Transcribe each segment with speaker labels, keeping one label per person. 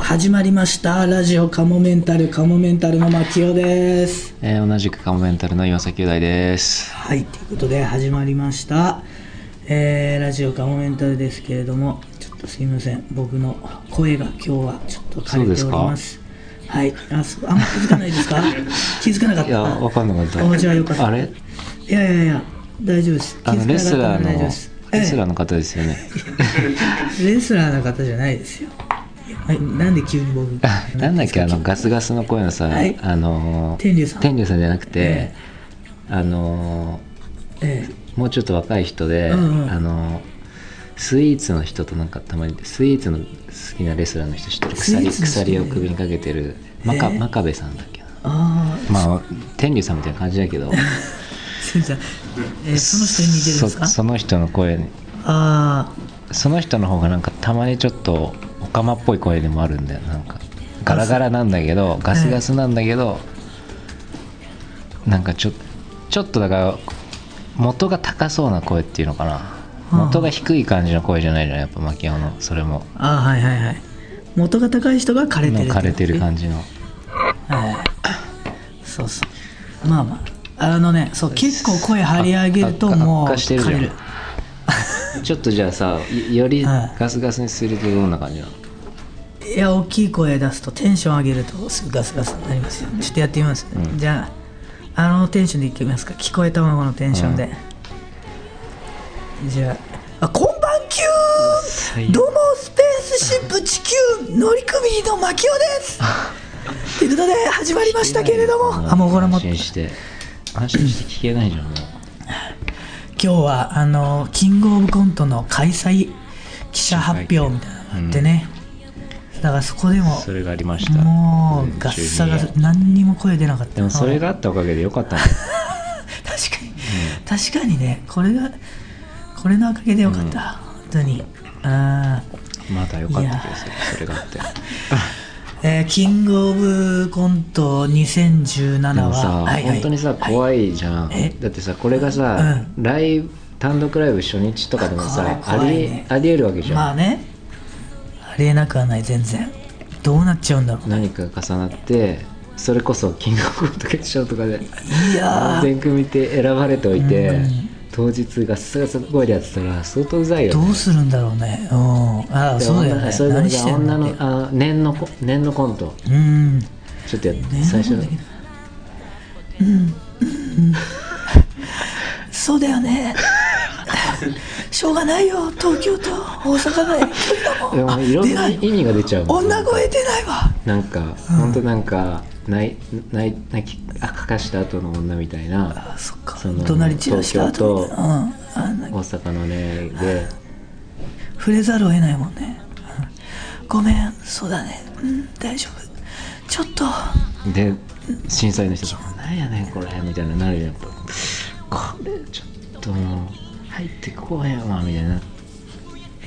Speaker 1: 始まりましたラジオカモメンタルカモメンタルの牧雄です
Speaker 2: えー同じくカモメンタルの岩崎雄大です。
Speaker 1: はいということで始まりました、えーラジオカモメンタルですけれどもちょっとすいません僕の声が今日はちょっと枯れておりますはいあそあんま気づかないです か気づかなかった
Speaker 2: いや、わかんなかった。
Speaker 1: あじゃあよかった
Speaker 2: あれ
Speaker 1: いやいやいや大丈夫です
Speaker 2: あの、レスラーの、
Speaker 1: 大丈夫
Speaker 2: レ
Speaker 1: ですええ
Speaker 2: スラーの方ですよ ね。
Speaker 1: レスラーの方じゃないですよはいなんで急に僕
Speaker 2: なんだっけ、あの、ガスガスの声のさ、
Speaker 1: はい
Speaker 2: あのー、
Speaker 1: 天竜さん
Speaker 2: 天竜さんじゃなくて
Speaker 1: え、
Speaker 2: あの
Speaker 1: え
Speaker 2: ー、もうちょっと若い人で、
Speaker 1: うんうん
Speaker 2: あのー、スイーツの人となんかたまにスイーツの好きなレスラーの人知ってる
Speaker 1: スイーツ
Speaker 2: 鎖
Speaker 1: の人
Speaker 2: 鎖を首にかけてる真
Speaker 1: え
Speaker 2: 壁
Speaker 1: え
Speaker 2: 真壁さんだっけな
Speaker 1: ー、ああ
Speaker 2: まあ天竜さんみたいな感じだけど
Speaker 1: すいません えーその人に似てるんですか
Speaker 2: そその人の声に
Speaker 1: あ
Speaker 2: その人の方がなんかたまにちょっとオカマっぽい声でもあるんだよなんかガラガラなんだけどガスガスなんだけど、なんかちょちょっとだから元が高そうな声っていうのかな
Speaker 1: あ
Speaker 2: 元が低い感じの声じゃないじゃんやっぱ牧野のそれも
Speaker 1: ーあーはいはいはい元が高い人が枯れて
Speaker 2: の
Speaker 1: る
Speaker 2: 枯れてる
Speaker 1: じ、
Speaker 2: 感じの
Speaker 1: はい、そうそうまあまああのねそう結構声張り上げると
Speaker 2: ああ
Speaker 1: もう
Speaker 2: 悪化してるじゃん
Speaker 1: 枯れる
Speaker 2: ちょっとじゃあさいより
Speaker 1: はい
Speaker 2: ガスガスにするとどんな感じなの、
Speaker 1: いや大きい声出すとテンション上げるとすぐガスガスになりますよちょっとやってみます、
Speaker 2: ん
Speaker 1: じゃああのテンションでいきますか聞こえたままのテンションで、じゃああこんばんきゅ
Speaker 2: 最
Speaker 1: ー
Speaker 2: 悪
Speaker 1: どうもスペースシップ地球乗組の牧雄ですということで始まりましたけれどもあもうこれも
Speaker 2: 安心して安心して聞けないじゃんもう
Speaker 1: 今日はあのキングオブコントの開催記者発表みたいなのがあってね、だからそこでも
Speaker 2: それがありました
Speaker 1: も
Speaker 2: 午
Speaker 1: う
Speaker 2: 前中に
Speaker 1: ガッサガサ何にも声出なかった
Speaker 2: でもそれがあったおかげでよかったね
Speaker 1: 確かに、確かにねこれがこれのおかげでよかった、本当にあー
Speaker 2: まだ良かった気がするそれがあって
Speaker 1: えーキングオブコント2017
Speaker 2: で
Speaker 1: は
Speaker 2: もさ、
Speaker 1: はいはい
Speaker 2: 本当にさ怖いじゃん、
Speaker 1: え
Speaker 2: だってさこれがさ、ライブ単独ライブ初日とかでも
Speaker 1: こ
Speaker 2: さ、
Speaker 1: れ
Speaker 2: あ
Speaker 1: 怖い
Speaker 2: り
Speaker 1: ね
Speaker 2: ありえるわけじゃん、
Speaker 1: まあねありえなくはない全然どうなっちゃうんだろう
Speaker 2: 何かが重なってそれこそキングオブコント決勝とかで
Speaker 1: いやー
Speaker 2: 全組って選ばれておいて、
Speaker 1: うん
Speaker 2: 当日ガッサガサ声でやってたら相当うざいよ、ね、
Speaker 1: どうするんだろうねうんああ
Speaker 2: で
Speaker 1: そうだよ
Speaker 2: 女
Speaker 1: ね
Speaker 2: それで
Speaker 1: 何してん
Speaker 2: 女
Speaker 1: のって
Speaker 2: のあ年のコ年のコント
Speaker 1: うん
Speaker 2: ちょっとやって
Speaker 1: ね
Speaker 2: 最初の
Speaker 1: できないうんうんそうだよねしょうがないよ東京と大阪が
Speaker 2: でもいろんな意味が出ちゃうもん
Speaker 1: 女声出ないわ
Speaker 2: なんか、ほんとなんかないない泣きあかかした後の女みたいな
Speaker 1: あそっか
Speaker 2: その
Speaker 1: 怒鳴り散らした後みたいなうんあ
Speaker 2: 大阪のねで
Speaker 1: 触れざるを得ないもんねうんごめんそうだねうん大丈夫ちょっと
Speaker 2: で審査員の人が「なんやねんこれ」みたいになるやっぱこれちょっともう入ってこうへんわみたいななる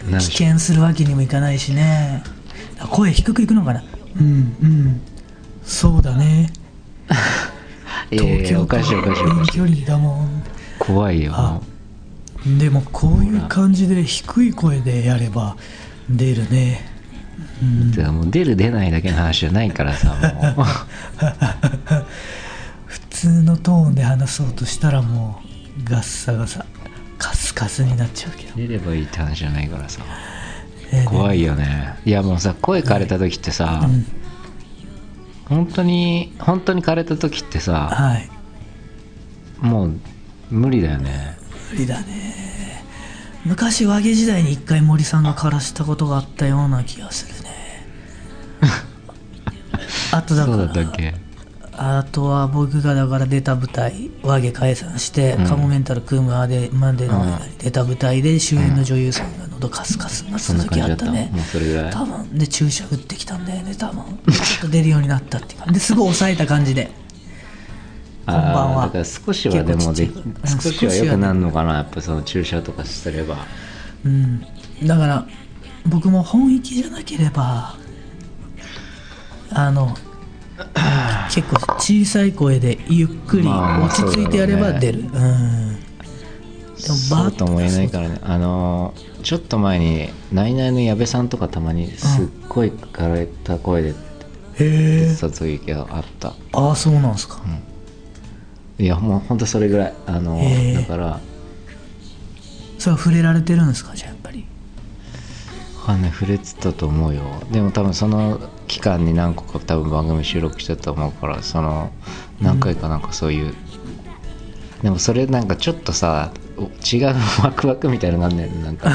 Speaker 1: 危
Speaker 2: でしょ
Speaker 1: 険するわけにもいかないしねあ声低くいくのかなうんうんそうだね
Speaker 2: いやいやいやおかしいおかしいおかしい
Speaker 1: 距離だもん
Speaker 2: 怖いよも
Speaker 1: でもこういう感じで低い声でやれば出るね
Speaker 2: うてかもう出る出ないだけの話じゃないからさ もう
Speaker 1: 普通のトーンで話そうとしたらもうガッサガサカスカスになっちゃうけど、
Speaker 2: 出ればいいって話じゃないからさ
Speaker 1: えー
Speaker 2: 怖いよねいやもうさ声枯れた時ってさ、
Speaker 1: うん
Speaker 2: 本当に本当に枯れた時ってさ
Speaker 1: はい
Speaker 2: もう無理だよね
Speaker 1: 無理だね昔和毛時代に一回森さんが枯らしたことがあったような気がす るねあとだか
Speaker 2: そうだ
Speaker 1: ら
Speaker 2: ったっけ
Speaker 1: あとは僕がだから出た舞台和毛解散して、
Speaker 2: うん
Speaker 1: カモメンタル組むまでまでの間に出た舞台で主演の女優さんが喉カスカスになって
Speaker 2: そん
Speaker 1: た
Speaker 2: な
Speaker 1: 時あ
Speaker 2: 感じだ
Speaker 1: っ
Speaker 2: った
Speaker 1: た
Speaker 2: の
Speaker 1: ね
Speaker 2: もうそれぐらい
Speaker 1: 多分で注射打ってきたんだよね多分ちょっと出るようになったっていうかですぐ抑えた感じでこんばん
Speaker 2: あ
Speaker 1: は
Speaker 2: ーだから少しはでもで
Speaker 1: 結構ちっちゃいうん
Speaker 2: 少し
Speaker 1: 少
Speaker 2: は
Speaker 1: しは
Speaker 2: 良くなるのかなやっぱその注射とかすれば
Speaker 1: うんだから僕も本域じゃなければあの結構小さい声でゆっくり
Speaker 2: まあまあ
Speaker 1: 落ち着いてやれば出る、うんでもバー
Speaker 2: そうとも言えないからねあのーちょっと前にナイナイの矢部さんとかたまにすっごい枯れた声で
Speaker 1: へえ
Speaker 2: 出てた時があった、
Speaker 1: ああそうなんですか、
Speaker 2: いやもうほんとそれぐらいあのー
Speaker 1: へえ
Speaker 2: だから
Speaker 1: それは触れられてるんですかじゃあやっぱり
Speaker 2: あね触れてたと思うよでも多分その期間に何個か多分番組収録してたと思うからその何回かなんかそういう、でもそれなんかちょっとさお違うワクワクみたいなのがあんだよねな んか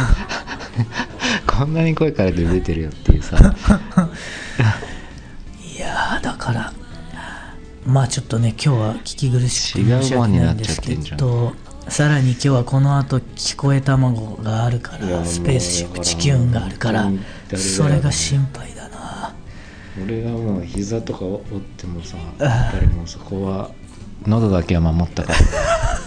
Speaker 2: こんなに声から出てるよっていうさ
Speaker 1: いやーだからまあちょっとね今日は聞き苦しくて申し
Speaker 2: 違うもん
Speaker 1: 訳
Speaker 2: に
Speaker 1: な
Speaker 2: ない
Speaker 1: ん
Speaker 2: っ
Speaker 1: で
Speaker 2: ちゃ
Speaker 1: す
Speaker 2: っ
Speaker 1: け
Speaker 2: てんじゃん
Speaker 1: どさらに今日はこの後聞こえ卵があるか
Speaker 2: いやも
Speaker 1: ら
Speaker 2: う
Speaker 1: スペースシップ地球運があるから
Speaker 2: 本当に
Speaker 1: それが心配だな
Speaker 2: 俺がもう膝とか折ってもさ
Speaker 1: や
Speaker 2: やっぱりもうそこは喉だけは守ったから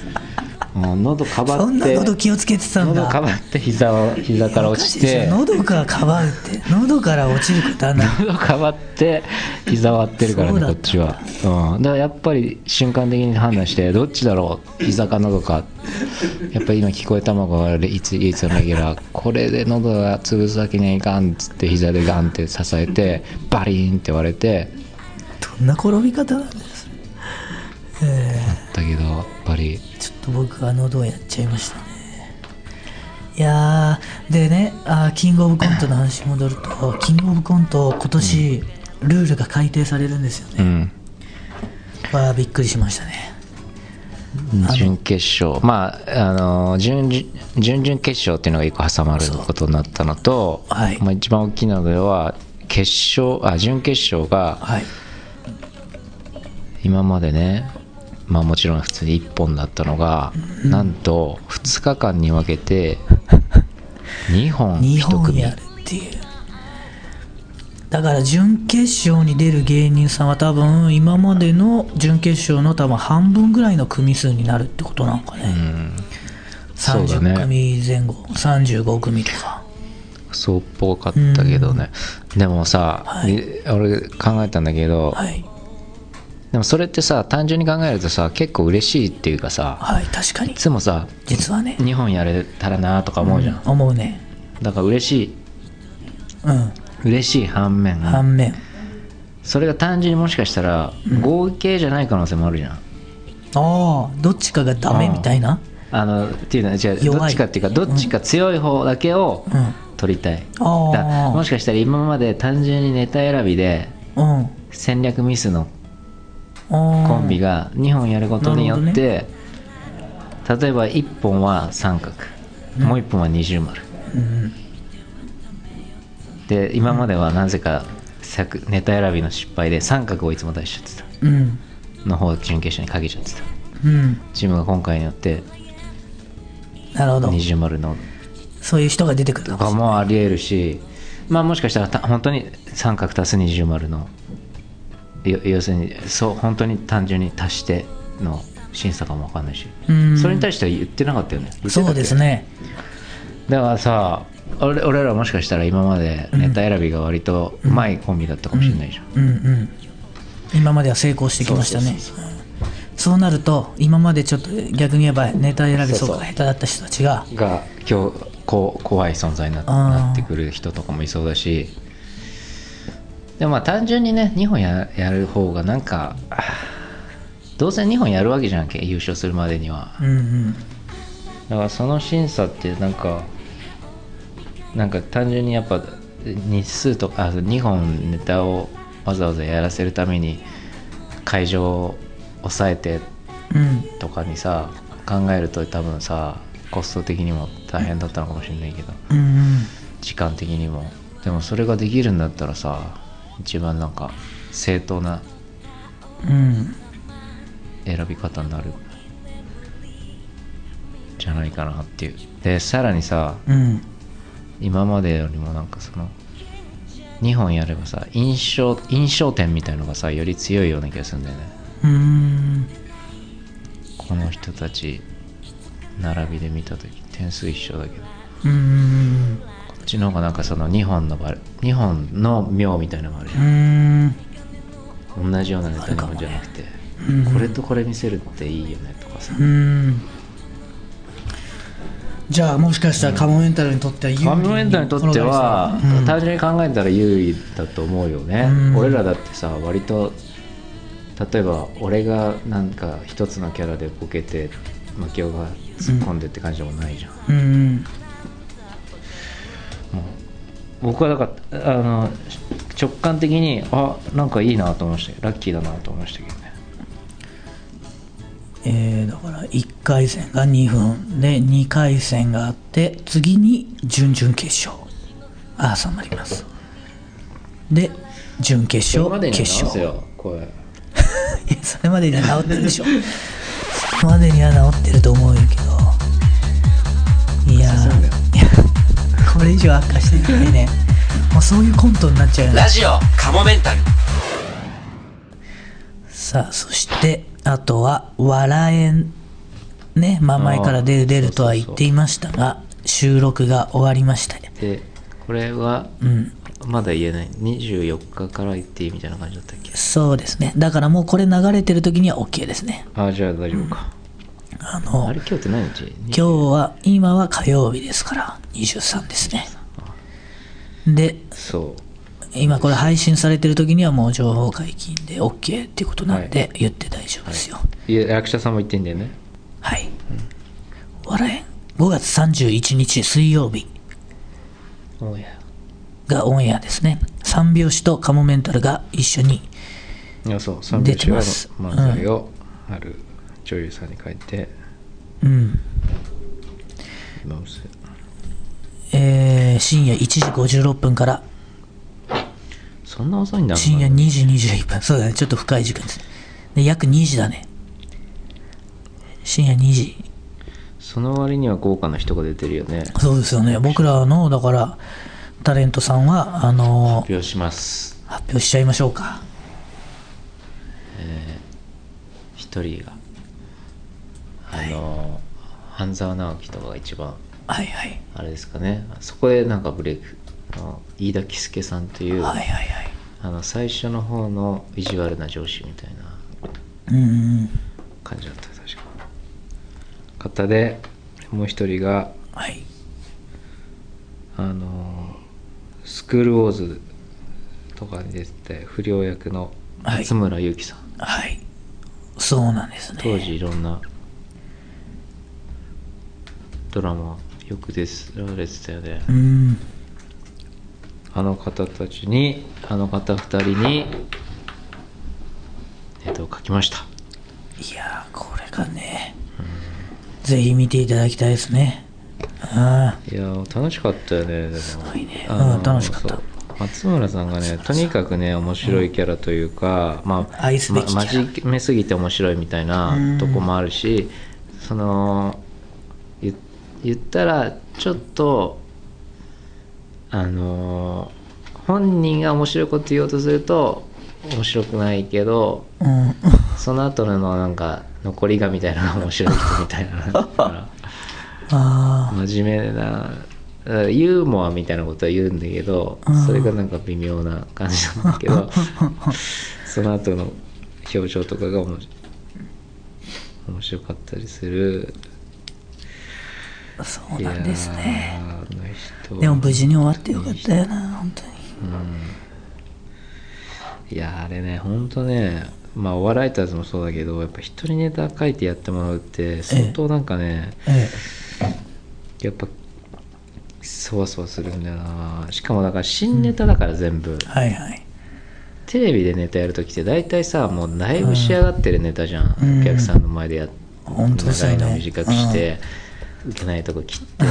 Speaker 2: もう喉かばって
Speaker 1: そんな喉気をつけてたんだ
Speaker 2: 喉かばって膝を膝から落ちて
Speaker 1: 喉からかばうって喉から落ちることはない
Speaker 2: 喉かばって膝割ってるから
Speaker 1: そう
Speaker 2: ね
Speaker 1: だ
Speaker 2: こ
Speaker 1: っ
Speaker 2: ったちは、うん、だからやっぱり瞬間的に判断してどっちだろう膝か喉かやっぱり今聞こえたまごがいついつのレギュラーこれで喉が潰すわけにはいかんっつって膝でガンって支えてバリーンって割れて
Speaker 1: どんな転び方なんですえ
Speaker 2: だけどやっぱり
Speaker 1: ーちょっと僕は喉をやっちゃいましたねいやーでねあーキングオブコントの話に戻るとキングオブコント今年ルールが改定されるんですよね
Speaker 2: うん
Speaker 1: わあびっくりしましたね
Speaker 2: 準決勝まああの準々準々決勝っていうのが一個挟まることになったのと、
Speaker 1: はい
Speaker 2: まあ、一番大きなのは決勝あ準決勝が
Speaker 1: はい
Speaker 2: 今までねまあもちろん普通に1本だったのが、なんと2日間に分け て2本
Speaker 1: 2
Speaker 2: 1
Speaker 1: 本
Speaker 2: 組
Speaker 1: やるっていうだから準決勝に出る芸人さんは多分今までの準決勝の多分半分ぐらいの組数になるってことなんかね、
Speaker 2: そうだね
Speaker 1: 30組前後35組とか
Speaker 2: そうっぽかったけどね、でもさ、
Speaker 1: はい
Speaker 2: で俺考えたんだけど、
Speaker 1: はい
Speaker 2: でもそれってさ単純に考えるとさ結構嬉しいっていうかさ
Speaker 1: はい確かに
Speaker 2: いつもさ
Speaker 1: 実はね
Speaker 2: 2本やれたらなとか思うじゃん、
Speaker 1: 思うね
Speaker 2: だから嬉しい
Speaker 1: うん
Speaker 2: 嬉しい反面、
Speaker 1: 反面
Speaker 2: それが単純にもしかしたら合計じゃない可能性もあるじゃん、
Speaker 1: ああどっちかがダメみたいな
Speaker 2: あのっていうのは違う
Speaker 1: 弱い
Speaker 2: どっちかっていうかどっちか強い方だけを
Speaker 1: うんあ
Speaker 2: 取りたい、だからも
Speaker 1: あ
Speaker 2: しかしたら今まで単純にネタ選びで
Speaker 1: うんあ
Speaker 2: 戦略ミスの
Speaker 1: あ
Speaker 2: コンビが2本やることによっ
Speaker 1: な
Speaker 2: て、例えば1本は三角もう1本は二重丸、
Speaker 1: うん
Speaker 2: で今まではなぜか作ネタ選びの失敗で三角をいつも出しちゃって
Speaker 1: うん
Speaker 2: たの方を準決勝にかけちゃってた
Speaker 1: うん
Speaker 2: チームが今回によって
Speaker 1: なるほど
Speaker 2: 二重丸の
Speaker 1: そういう人が出てくる
Speaker 2: と
Speaker 1: かも
Speaker 2: か
Speaker 1: しれない
Speaker 2: もありえるし、まあ、もしかしたらた本当に三角足す二重丸のよ要するにそう本当に単純に足しての審査かもわかんないし、
Speaker 1: うん
Speaker 2: それに対しては言ってなかったよね言ってたっけ
Speaker 1: そうですね
Speaker 2: だからさ俺俺らもしかしたら今までネタ選びが割とうまいコンビだったかもしれないじゃん、
Speaker 1: うんうん今までは成功してきましたねうん
Speaker 2: そ
Speaker 1: そうなると今までちょっと逆に言えばネタ選び
Speaker 2: そ
Speaker 1: そうう
Speaker 2: そう
Speaker 1: か下手だった人たちが
Speaker 2: が今日こう怖い存在にな
Speaker 1: あー
Speaker 2: なってくる人とかもいそうだしでもまあ単純にね2本ややる方がなんかあーどうせ2本やるわけじゃんけ優勝するまでには
Speaker 1: うんうん
Speaker 2: だからその審査ってなんかなんか単純にやっぱ日数とかあ2本ネタをわざわざやらせるために会場を抑えて
Speaker 1: うん
Speaker 2: とかにさ考えると多分さコスト的にも大変だったのかもしれないけど
Speaker 1: うんうん
Speaker 2: 時間的にもでもそれができるんだったらさ一番なんか正当な
Speaker 1: うん
Speaker 2: 選び方になるじゃないかなっていうでさらにさ
Speaker 1: うん
Speaker 2: 今までよりもなんかその2本やればさ印象印象点みたいのがさより強いような気がするんだよね
Speaker 1: うん
Speaker 2: この人たち並びで見た時点数一緒だけど
Speaker 1: うんうん
Speaker 2: こっちの方がなんかその2本のバレ2本の妙みたいなのもあるじゃ
Speaker 1: うんうん
Speaker 2: ん同じようなネタ2本じゃなくて、
Speaker 1: うん
Speaker 2: これとこれ見せるっていいよねとかさ、
Speaker 1: うんじゃあもしかしたらカモメンタルにとっては有利
Speaker 2: カモメンタルにとっては
Speaker 1: うん
Speaker 2: 単純に考えたら優位だと思うよね、
Speaker 1: うん
Speaker 2: 俺らだってさ割と例えば俺がなんか一つのキャラでボケてマキオが突っ込んでって感じでもないじゃ
Speaker 1: う
Speaker 2: ん、
Speaker 1: んうん
Speaker 2: もう僕はだからあの直感的にあなんかいいなと思いましたけどラッキーだなと思いましたけどね
Speaker 1: えーだから1回戦が2分で2回戦があって次に準々決勝ああそうなりますで準決勝決勝
Speaker 2: よこれ
Speaker 1: いやそれまでには治ってるでしょそれまでには治ってると思うよけどいや
Speaker 2: 刺さんだよ
Speaker 1: ーいやこれ以上悪化していくねもうそういうコントになっちゃうよね
Speaker 3: ラジオカモメンタル
Speaker 1: さあそしてあとは「笑えん」ねまあ前から出る出るとは言っていましたが収録が終わりましたね
Speaker 2: でこれは
Speaker 1: うん
Speaker 2: まだ言えない24日から言っていいみたいな感じだったっけ
Speaker 1: そうですねだからもうこれ流れてる時には OK ですね
Speaker 2: あじゃあ大丈夫か、
Speaker 1: あ
Speaker 2: あ
Speaker 1: の
Speaker 2: れ今日って何日
Speaker 1: 今日は今は火曜日ですから23ですねで
Speaker 2: そ
Speaker 1: 今これ配信されてる時にはもう情報解禁で OK っていうことなん
Speaker 2: は
Speaker 1: で言って大丈夫ですよ
Speaker 2: ういや役者さんも言ってんだよね
Speaker 1: はい、笑えん5月31日水曜日
Speaker 2: おや
Speaker 1: がオンエアですね三拍子とカモメンタルが一緒に
Speaker 2: いやそう三
Speaker 1: 出
Speaker 2: 拍
Speaker 1: て
Speaker 2: 子は
Speaker 1: ます
Speaker 2: 漫才をある女優さんに書いて
Speaker 1: うん、
Speaker 2: 今もす
Speaker 1: えー深夜1時56分から
Speaker 2: そんな遅いんだ
Speaker 1: 深夜2時21分そうだねちょっと深い時間ですねで約2時だね深夜2時
Speaker 2: その割には豪華な人が出てるよね
Speaker 1: そうですよね僕らのだからタレントさんはあの
Speaker 2: 発表します
Speaker 1: 発表しちゃいましょうか
Speaker 2: 一人があの半沢直樹とかが一番
Speaker 1: はいはい
Speaker 2: あれですかねそこでなんかブレイクあの飯田喜助さんという、
Speaker 1: はいはいはい
Speaker 2: あの最初の方の意地悪な上司みたいな
Speaker 1: うんうん
Speaker 2: 感じだった確か方でもう一人が
Speaker 1: はい
Speaker 2: あのースクールウォーズとかに出てて不良役の
Speaker 1: はい
Speaker 2: 松村ゆうきさん、
Speaker 1: はいそうなんですね
Speaker 2: 当時いろんなドラマよく出られてたよね
Speaker 1: うん
Speaker 2: あの方たちにあの方二人にネタを書きました
Speaker 1: いやーこれがね、ぜひ見ていただきたいですねあ
Speaker 2: いやー楽しかったよねでもす
Speaker 1: あいいねうん楽しかった
Speaker 2: 松村さんがねとにかくね面白いキャラというか、まあ
Speaker 1: 愛すべきキャラ
Speaker 2: ま真面目すぎて面白いみたい
Speaker 1: うん
Speaker 2: なとこもあるしその言言ったらちょっとあのー本人が面白いこと言おうとすると面白くないけど
Speaker 1: うん
Speaker 2: その後のなんか残りがみたいなのが面白い人みたいな だから
Speaker 1: あ
Speaker 2: 真面目なだからユーモアみたいなことは言うんだけど
Speaker 1: うん
Speaker 2: それがなんか微妙な感じなんだけ どその後の表情とかが面白面白かったりする
Speaker 1: あそうなんですね
Speaker 2: いやーあの人
Speaker 1: でも無事に終わってよかったよな本当に
Speaker 2: いやーあれねほんとねまあお笑いたちもそうだけどやっぱ人にネタ書いてやってもらうって相当なんかね、
Speaker 1: え
Speaker 2: やっぱそわそわするんだよなしかもだから新ネタだから全部、
Speaker 1: えはいはい
Speaker 2: テレビでネタやるときって大体さもうだいぶ仕上がってるネタじゃん、
Speaker 1: うん
Speaker 2: お客さんの前でやっ
Speaker 1: 本当ですよ
Speaker 2: 長
Speaker 1: ね
Speaker 2: いの短くして、受けないとこ切って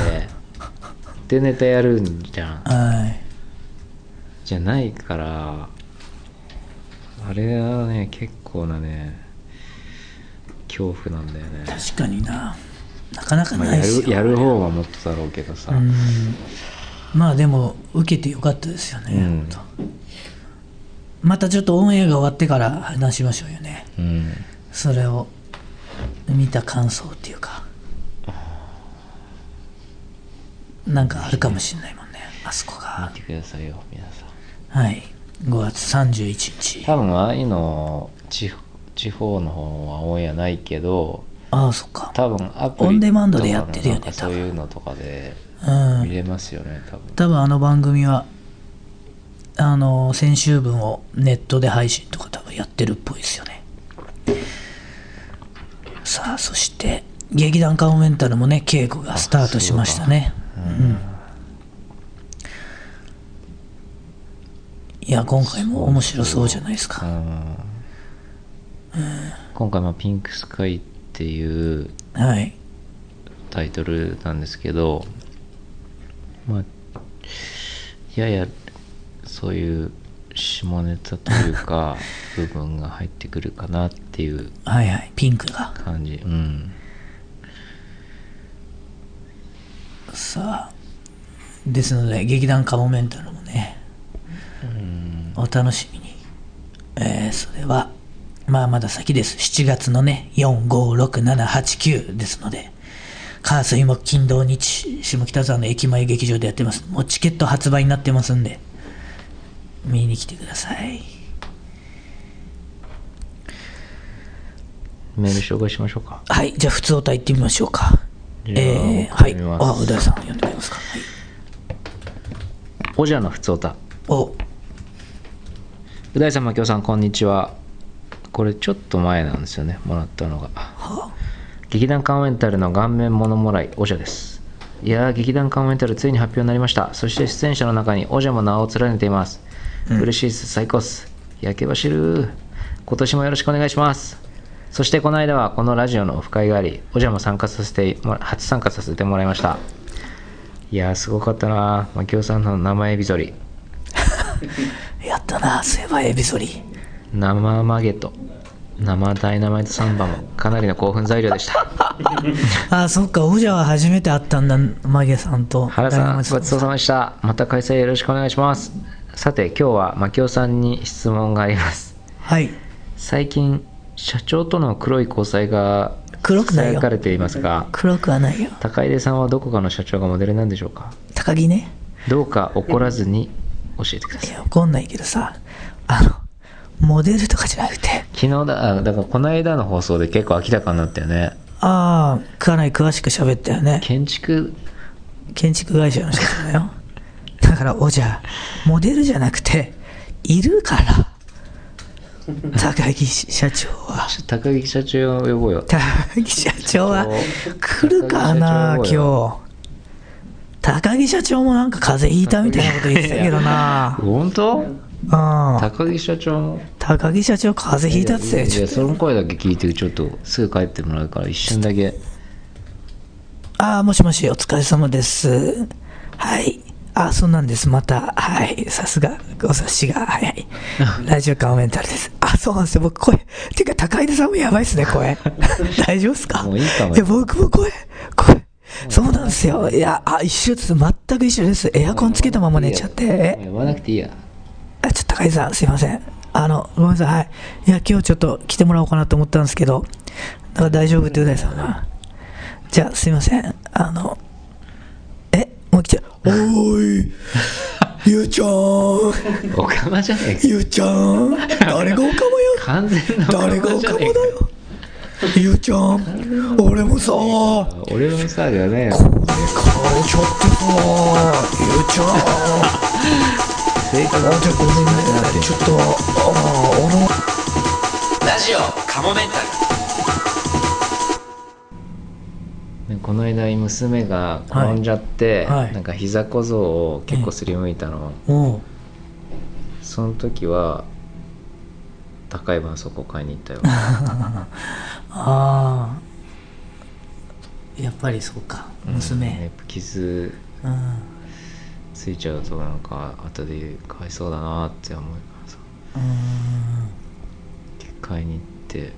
Speaker 2: でネタやるんじゃん
Speaker 1: はい
Speaker 2: じゃないからあれはね結構なね恐怖なんだよね
Speaker 1: 確かにななかなか
Speaker 2: まあ
Speaker 1: ない
Speaker 2: や
Speaker 1: ですよ
Speaker 2: るやる方はもっとだろうけどさ、
Speaker 1: うんまあでも受けてよかったですよね、
Speaker 2: うん
Speaker 1: またちょっとオンエアが終わってから話しましょうよね
Speaker 2: うん
Speaker 1: それを見た感想っていうかなんかあるかもしれないもんねあそこが
Speaker 2: 見てくださいよ皆さん
Speaker 1: はい5月31日
Speaker 2: 多分ああいうの地地方の方はオンエアないけど
Speaker 1: あああそっか
Speaker 2: 多分アプリ
Speaker 1: オンデマンドでやってるよね
Speaker 2: とかのなんかそういうのとかで
Speaker 1: う
Speaker 2: 見
Speaker 1: ん
Speaker 2: れますよね多分
Speaker 1: 多分あの番組はあの先週分をネットで配信とか多分やってるっぽいですよねさあそして劇団カモメンタルもね稽古がスタートしましたねうんいや今回も面白そうじゃないです
Speaker 2: う
Speaker 1: か
Speaker 2: ん今回まあ「ピンクスカイ」っていう
Speaker 1: はい
Speaker 2: タイトルなんですけどまあややそういう下ネタという か部分が入ってくるかなっていう
Speaker 1: はいはいピンクが
Speaker 2: 感じうん
Speaker 1: さあですので劇団カモメンタルもね
Speaker 2: うん
Speaker 1: お楽しみに、えーそれはまあまだ先です7月のね456789ですので火水木金土日下北沢の駅前劇場でやってますもうチケット発売になってますんで見に来てください
Speaker 2: メール紹介しましょうか
Speaker 1: はいじゃあ普通お歌行ってみましょうか
Speaker 2: じゃあ
Speaker 1: えー
Speaker 2: 送
Speaker 1: は
Speaker 2: って
Speaker 1: い
Speaker 2: みます
Speaker 1: あ宇田さん読んでくれますか、はい、
Speaker 2: 「オジャのふつおた」
Speaker 1: お
Speaker 2: う大さんまきおさんこんにちはこれちょっと前なんですよねもらったのが
Speaker 1: は
Speaker 2: 劇団カンメンタルの顔面モノもらいオジャですいやー劇団カンメンタルついに発表になりましたそして出演者の中にオジャも名を連ねています、嬉しいっす最高っす焼けば知る今年もよろしくお願いしますそしてこの間はこのラジオのオフ会がありオジャも参加させてもら初参加させてもらいましたいやーすごかったなーマキオさんの名前エビゾリ
Speaker 1: やったなそういえばエビソリ
Speaker 2: 生マゲト生ダイナマイトサンバもかなりの興奮材料でした
Speaker 1: あそっかオジャは初めて会ったんだマゲさんと
Speaker 2: 原
Speaker 1: ダイナ
Speaker 2: さん
Speaker 1: マ
Speaker 2: ご
Speaker 1: イ
Speaker 2: ち
Speaker 1: トさん
Speaker 2: そうさまでしたまた開催よろしくお願いしますさて今日はマキオさんに質問があります
Speaker 1: はい
Speaker 2: 最近社長との黒い交際が
Speaker 1: 黒くないよ
Speaker 2: さかれていますが
Speaker 1: 黒くはないよ
Speaker 2: 高出さんはどこかの社長がモデルなんでしょうか
Speaker 1: 高木ね
Speaker 2: どうか怒らずに教えてくださ
Speaker 1: い
Speaker 2: い
Speaker 1: や怒んないけどさあのモデルとかじゃなくて
Speaker 2: 昨日だあだからこの間の放送で結構明らかになったよね
Speaker 1: ああかなり詳しく喋ったよね
Speaker 2: 建築
Speaker 1: 建築会社の人だよだからおじゃモデルじゃなくているから高木社長は
Speaker 2: 高木社長を呼ぼうよ
Speaker 1: 高木社長は来るかな今
Speaker 2: 高木社長
Speaker 1: 日高木社長もなんか風邪ひいたみたいなこと言ってたけどな
Speaker 2: 本当
Speaker 1: うん
Speaker 2: 高木社長も
Speaker 1: 高木社長風邪ひいたって言ってたよちょっと
Speaker 2: やその声だけ聞いてちょっとすぐ帰ってもらうから一瞬だけ
Speaker 1: ああ、もしもし、お疲れ様です。はい。あ、そうなんです。また、はい。さすが、お察しが、はい はい。ラジオカモメンタルです。あ、そうなんですよ。僕、声。てか、高井田さんもやばいっす ね、声。大丈夫っすか
Speaker 2: もういいかも
Speaker 1: や、僕も声、声。そうなんですよ。いや、あ、一緒です。全く一緒です。エアコンつけたまま寝ちゃって。え
Speaker 2: 呼ばなくていいや
Speaker 1: あちょっと高井さん、すいません。あの、ごめんなさい。はい。いや、今日ちょっと来てもらおうかなと思ったんですけど、なんか大丈夫ってうだいさんが。じゃあ、すいません。あの、え、もう来ちゃう。おーい、ゆうちゃん、
Speaker 2: おかまじゃねえか
Speaker 1: ゆうちゃん、誰がおかまよ。
Speaker 2: 完全な
Speaker 1: 誰がお
Speaker 2: じゃ
Speaker 1: かまだ
Speaker 2: ねえ
Speaker 1: よ
Speaker 2: か。
Speaker 1: ゆうちゃん、俺もさ、こ
Speaker 2: 俺のさだよね
Speaker 1: れ買えちゃってさ、ゆうちゃん。
Speaker 2: 正解
Speaker 1: あじゃあごめんねちょっとああの
Speaker 2: この間娘が転んじゃって、
Speaker 1: はいはい
Speaker 2: なんか膝小僧を結構すりむいたの、
Speaker 1: おう
Speaker 2: その時は高い絆創膏買いに行ったよ
Speaker 1: ああやっぱりそうか娘
Speaker 2: ね傷
Speaker 1: うん、うん
Speaker 2: ついちゃうとなんか後でかわいそうだなって思うからさ買いに行って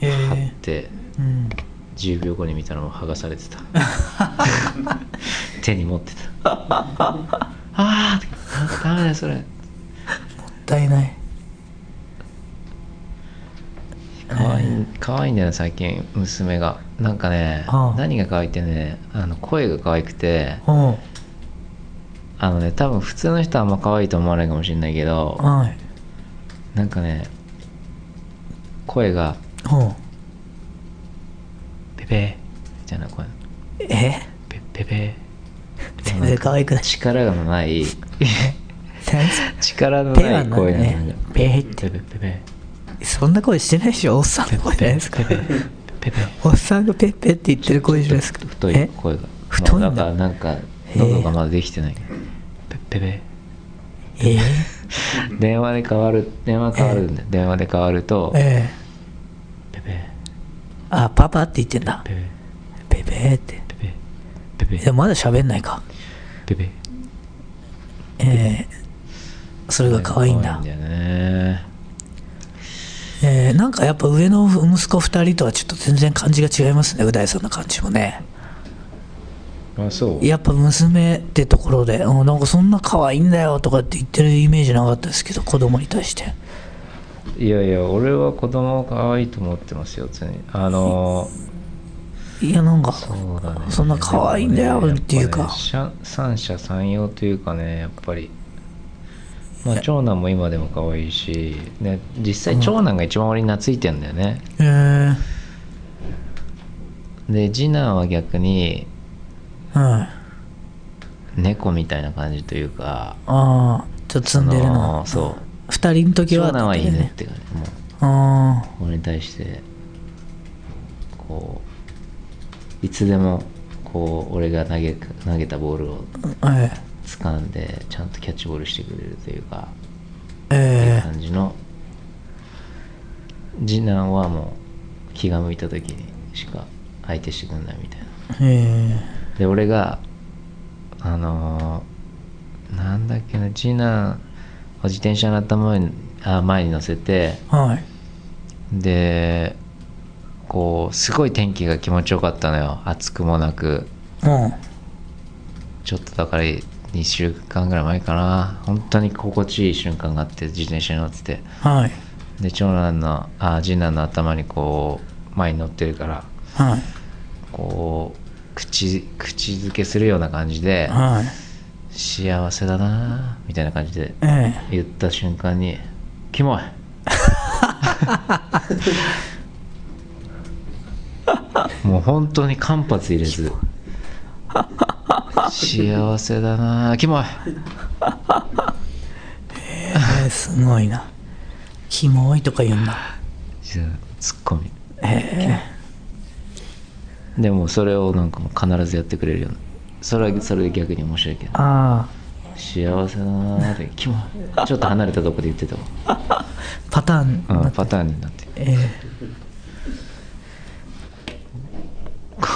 Speaker 1: え
Speaker 2: 貼っ
Speaker 1: え
Speaker 2: て
Speaker 1: うん、
Speaker 2: 10秒後に見たらもう剥がされてた手に持ってたあーダメだよそれ
Speaker 1: もったいない
Speaker 2: 可愛い可愛いんだよね最近娘がなんかね
Speaker 1: ああ
Speaker 2: 何が可愛いってねあの声が可愛くて
Speaker 1: おう
Speaker 2: あのね多分普通の人はあんま可愛いと思わないかもしれないけど
Speaker 1: はい
Speaker 2: なんかね声が
Speaker 1: おう
Speaker 2: ペじゃないこれ
Speaker 1: え
Speaker 2: ペペペ
Speaker 1: 全然可愛くないし
Speaker 2: 力がない力の
Speaker 1: 手
Speaker 2: な
Speaker 1: はいない
Speaker 2: 声なの
Speaker 1: ね
Speaker 2: よ
Speaker 1: ペーって
Speaker 2: ペペペペ
Speaker 1: そんな声してないでしょおっさんの声じゃない ですか
Speaker 2: ペペペペペペ
Speaker 1: おっさんがペッペって言ってる声じゃないですか
Speaker 2: 太
Speaker 1: え
Speaker 2: い声が
Speaker 1: 太いんだ
Speaker 2: まあだからなんか
Speaker 1: え
Speaker 2: 喉がまだできてないペペペ
Speaker 1: えー
Speaker 2: 電話で変わる電話変わるんだよ電話で変わると
Speaker 1: え
Speaker 2: ペペ
Speaker 1: ーあパパって言ってんだ
Speaker 2: ペ
Speaker 1: ペ
Speaker 2: ペ
Speaker 1: ペーって
Speaker 2: ペペペペ
Speaker 1: でもまだ喋んないか
Speaker 2: ペペ
Speaker 1: えーそれが可愛いんだ
Speaker 2: 可愛いんだよね
Speaker 1: えーなんかやっぱ上の息子2人とはちょっと全然感じが違いますねう大さんの感じもね
Speaker 2: あそう
Speaker 1: やっぱ娘ってところで、うん、なんかそんな可愛いんだよとかって言ってるイメージなかったですけど子供に対して
Speaker 2: いやいや俺は子供可愛いと思ってますよ常にあの
Speaker 1: いやなんか
Speaker 2: そうだね
Speaker 1: そんな可愛いんだよっていうか
Speaker 2: やっぱねしゃ三者三様というかねやっぱりまあ長男も今でも可愛いし、ね、実際長男が一番俺に懐いてんだよね、
Speaker 1: えー
Speaker 2: で次男は逆に
Speaker 1: うんあ
Speaker 2: 猫みたいな感じというか
Speaker 1: あちょっと積んでる
Speaker 2: あ
Speaker 1: な
Speaker 2: のそう
Speaker 1: 2人の時は
Speaker 2: 長男は
Speaker 1: だけど
Speaker 2: 犬って感じもう
Speaker 1: ああ
Speaker 2: 俺に対してこういつでもこう俺が投げ投げたボールを
Speaker 1: え
Speaker 2: 掴んでちゃんとキャッチボールしてくれるというか
Speaker 1: ええ
Speaker 2: 感じの次男はもう気が向いた時にしか相手してくんないみたいな
Speaker 1: ええ
Speaker 2: で俺があのーなんだっけな次男を自転車の頭にあ前に乗せて
Speaker 1: えはい
Speaker 2: でこうすごい天気が気持ちよかったのよ暑くもなく
Speaker 1: うん
Speaker 2: ちょっとだから2週間ぐらい前かな本当に心地いい瞬間があって自転車に乗ってて
Speaker 1: はい
Speaker 2: で長男のあ次男の頭にこう前に乗ってるから
Speaker 1: はい
Speaker 2: こう口口づけするような感じで
Speaker 1: はい
Speaker 2: 幸せだなみたいな感じで
Speaker 1: ええ
Speaker 2: 言った瞬間に「キモい!」 もう本当に間髪入れず幸せだなキモい
Speaker 1: えーすごいなキモいとか言うんだ
Speaker 2: ツッコミ
Speaker 1: え
Speaker 2: でもそれをなんかもう必ずやってくれるようなそれはそれで逆に面白いけど
Speaker 1: ー、ああ
Speaker 2: 幸せだなってキモいちょっと離れたとこで言ってたわ、
Speaker 1: パターン
Speaker 2: うん
Speaker 1: な
Speaker 2: パターンになって
Speaker 1: えー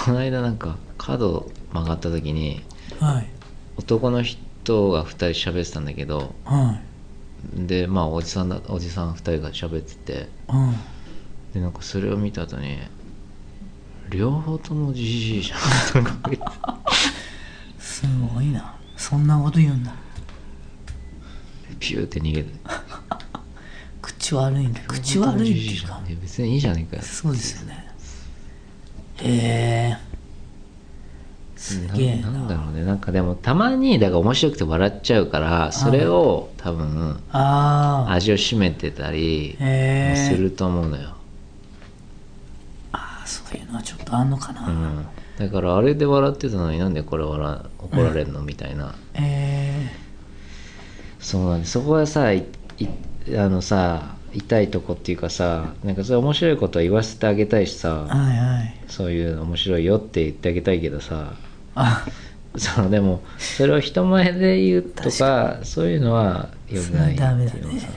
Speaker 2: この間なんか角曲がった時に
Speaker 1: はい
Speaker 2: 男の人が2人喋ってたんだけど
Speaker 1: は
Speaker 2: でまあおじさんだおじさん2人が喋ってて
Speaker 1: いうん
Speaker 2: でなんかそれを見た後に両方ともじじいじゃんとか言って
Speaker 1: すごいなそんなこと言うんだ
Speaker 2: ピューって逃げて
Speaker 1: 口悪いんだ口悪いっていうか
Speaker 2: 両方ともジジイじゃんや別にいいじゃねえかよ
Speaker 1: そうですよねへえすげえ
Speaker 2: な
Speaker 1: なん
Speaker 2: だろうねなんかでもたまにだから面白くて笑っちゃうからそれを多分
Speaker 1: ああ
Speaker 2: 味を占めてたり
Speaker 1: へ
Speaker 2: す
Speaker 1: え
Speaker 2: ると思うのよ、
Speaker 1: あーそういうのはちょっとあんのか
Speaker 2: う、
Speaker 1: なん
Speaker 2: だからあれで笑ってたのになんでこれ笑怒られるのみたいな、
Speaker 1: え
Speaker 2: そうなんですそこがさいいあのさ痛いとこっていうかさなんかそれ面白いことは言わせてあげたいし
Speaker 1: え
Speaker 2: さ
Speaker 1: はいはい
Speaker 2: そういうの面白いよって言ってあげたいけどさ
Speaker 1: あ
Speaker 2: そうでもそれを人前で言うと
Speaker 1: 確
Speaker 2: かそういうのはよく
Speaker 1: それ
Speaker 2: な
Speaker 1: はい
Speaker 2: って
Speaker 1: ダメだ
Speaker 2: いうの
Speaker 1: ね
Speaker 2: さ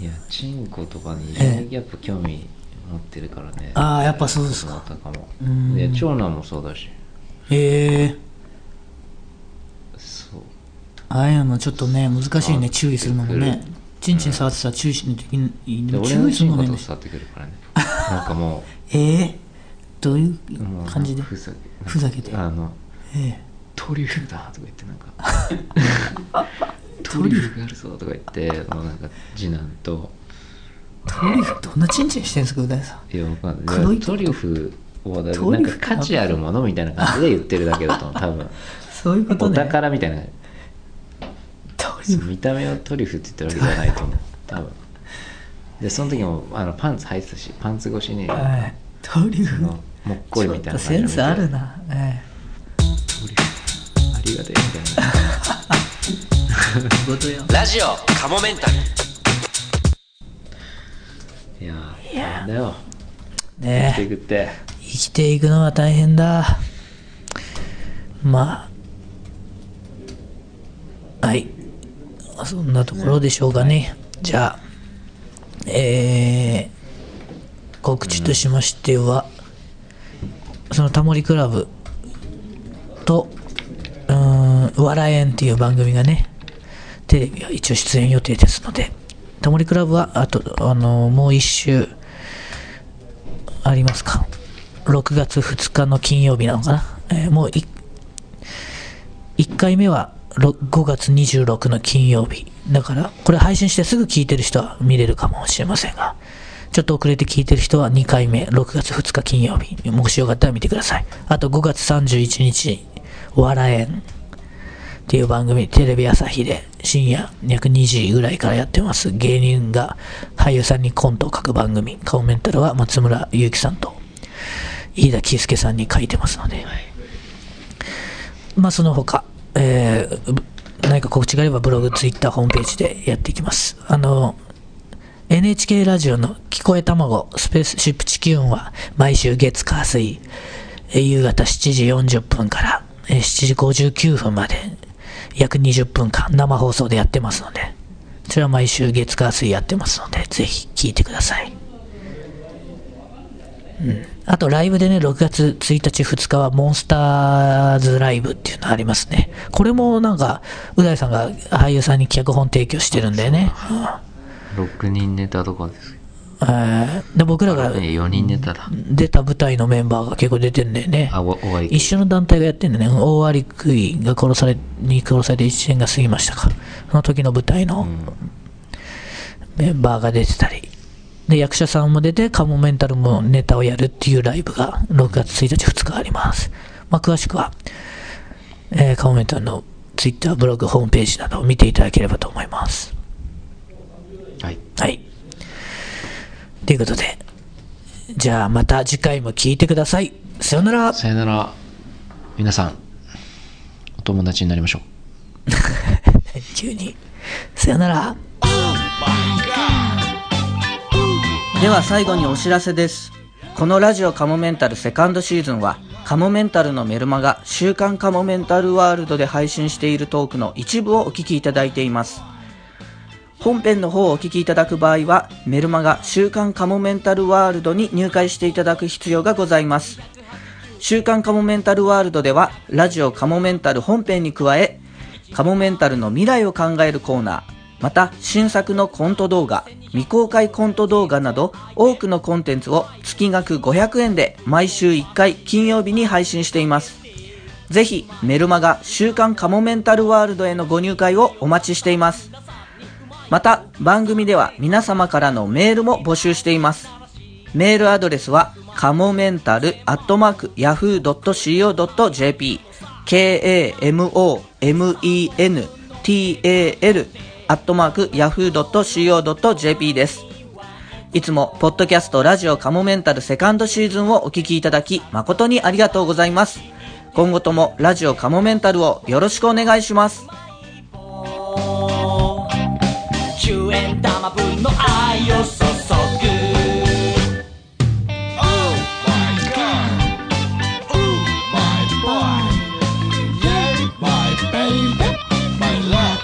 Speaker 2: いやチンコとかに非常にやっぱ興味持ってるからね、
Speaker 1: ああやっぱそうですか
Speaker 2: 思ったかも
Speaker 1: うん
Speaker 2: で長男もそうだし
Speaker 1: へえ
Speaker 2: そう
Speaker 1: ああいうのちょっとね難しいね注意するのも
Speaker 2: 触っ
Speaker 1: ね
Speaker 2: てくる
Speaker 1: ちんちん触ってたら注意しないといけない
Speaker 2: で
Speaker 1: でも
Speaker 2: 俺の
Speaker 1: 注意す
Speaker 2: チ
Speaker 1: る
Speaker 2: ン
Speaker 1: の
Speaker 2: コ
Speaker 1: ね
Speaker 2: と触ってくるからねなんかも
Speaker 1: ええどういう
Speaker 2: うも う
Speaker 1: 感じで
Speaker 2: ふざけ
Speaker 1: ふざけて
Speaker 2: あの
Speaker 1: え
Speaker 2: トリュフだとか言ってなんか トリュフがあるぞとか言ってもうなんか次男と
Speaker 1: えトリュフどんなちんちんしてんですかうだいさん
Speaker 2: いやわかんない
Speaker 1: 黒いってこと
Speaker 2: トリュフをだ
Speaker 1: ト
Speaker 2: な
Speaker 1: リ
Speaker 2: ん
Speaker 1: ュ
Speaker 2: か
Speaker 1: フ
Speaker 2: 価値あるものみたいな感じで言ってるだけだと思う 多分
Speaker 1: そういうこと
Speaker 2: お
Speaker 1: ね
Speaker 2: 宝みたいな
Speaker 1: トリ
Speaker 2: そ
Speaker 1: ュ
Speaker 2: う
Speaker 1: フ
Speaker 2: 見た目をトリュフって言ってるわけじゃないと思う多分でその時もあのパンツ履いてたしパンツ越しに
Speaker 1: はいトリュ
Speaker 2: そ
Speaker 1: フ
Speaker 2: のもっこりみたいな
Speaker 1: ちょっとセンスある
Speaker 2: な
Speaker 1: な、え
Speaker 2: ありがてえみたいな
Speaker 1: え、仕事よ
Speaker 2: ラジオカモメンタルいやー
Speaker 1: いや
Speaker 2: だよ生きて
Speaker 1: ねえ
Speaker 2: いくって
Speaker 1: 生きていくのは大変だまあはいそんなところでしょうかねじゃあえー告知としましては、そのタモリクラブとうーん「笑えん」っていう番組がねテレビが一応出演予定ですのでタモリクラブはあとあのもう一週ありますか6月2日の金曜日なのかな、えーもうい1回目はろ5月26の金曜日だからこれ配信してすぐ聞いてる人は見れるかもしれませんがちょっと遅れて聞いてる人は2回目6月2日金曜日もしよかったら見てくださいあと5月31日「笑えん」っていう番組テレビ朝日で深夜約2時ぐらいからやってます芸人が俳優さんにコントを書く番組顔メンタルは松村雄貴さんと飯田圭介さんに書いてますので、まあその他、えーぶ何か告知があればブログ、ツイッター、ホームページでやっていきます。あの、NHK ラジオの聞こえ卵スペースシップ地球音は毎週月火水、えー夕方7時40分からえー7時59分まで約20分間生放送でやってますので、それは毎週月火水やってますので、ぜひ聞いてください。あとライブでね、6月1日、2日はモンスターズライブっていうのありますね。これもなんか、う大さんが俳優さんに脚本提供してるんだよね。
Speaker 3: 6人ネタとかですよ
Speaker 1: えーで僕らが
Speaker 3: ね4人ネタだ
Speaker 1: 出た舞台のメンバーが結構出てんだよね。
Speaker 3: あお終わり
Speaker 1: 一緒の団体がやってんだよね。大割食いが殺され、に殺されて1年が過ぎましたか。その時の舞台のメンバーが出てたり。で、役者さんも出て、カモメンタルもネタをやるっていうライブが6月1日、2日あります。まあ、詳しくは、えーカモメンタルの Twitter、ブログ、ホームページなどを見ていただければと思います。
Speaker 3: はい
Speaker 1: はい。ということで、じゃあまた次回も聞いてください。さよなら。
Speaker 3: さよなら皆さんお友達になりましょう
Speaker 1: 急に。さよなら。
Speaker 4: では最後にお知らせです。このラジオカモメンタルセカンドシーズンは、カモメンタルのメルマガ、週刊カモメンタルワールドで配信しているトークの一部をお聞きいただいています。本編の方をお聞きいただく場合は、メルマガ、週刊カモメンタルワールドに入会していただく必要がございます。週刊カモメンタルワールドでは、ラジオカモメンタル本編に加え、カモメンタルの未来を考えるコーナー、また新作のコント動画、未公開コント動画など多くのコンテンツを月額500円で毎週1回金曜日に配信しています。ぜひメルマガ週刊カモメンタルワールドへのご入会をお待ちしています。また番組では皆様からのメールも募集しています。メールアドレスは、かもメンタルアットマーク yahoo.co.jp、k-a-m-o-m-e-n-t-a-l アットマーク yahoo.co.jp です。いつも、ポッドキャストラジオカモメンタルセカンドシーズンをお聞きいただき、誠にありがとうございます。今後ともラジオカモメンタルをよろしくお願いします。
Speaker 5: 10円玉分の愛を注ぐ
Speaker 6: Oh my god. Oh my boy. Yeah, my baby, my love.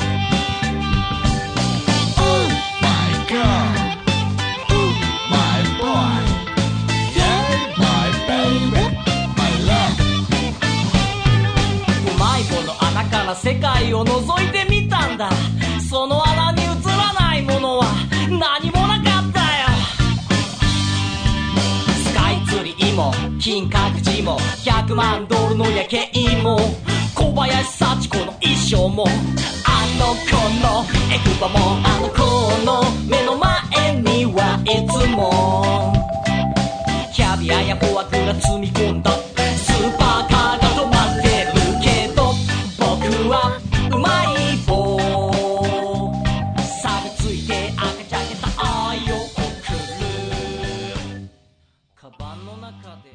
Speaker 6: Oh my god. Oh my boy. Yeah, my baby, my love.
Speaker 5: うまい棒の穴から世界を覗いてみたんだその穴に映らないものは何もなかったよスカイツリーも金閣寺も100万ドルの夜景も小林幸子の衣装もあの子のエクバもあの子の目の前にはいつもキャビアやフォアグラ積み込んだスーパーカーが止まってるけど僕はうまい棒錆びついて赤ちゃけた愛をの盤の中で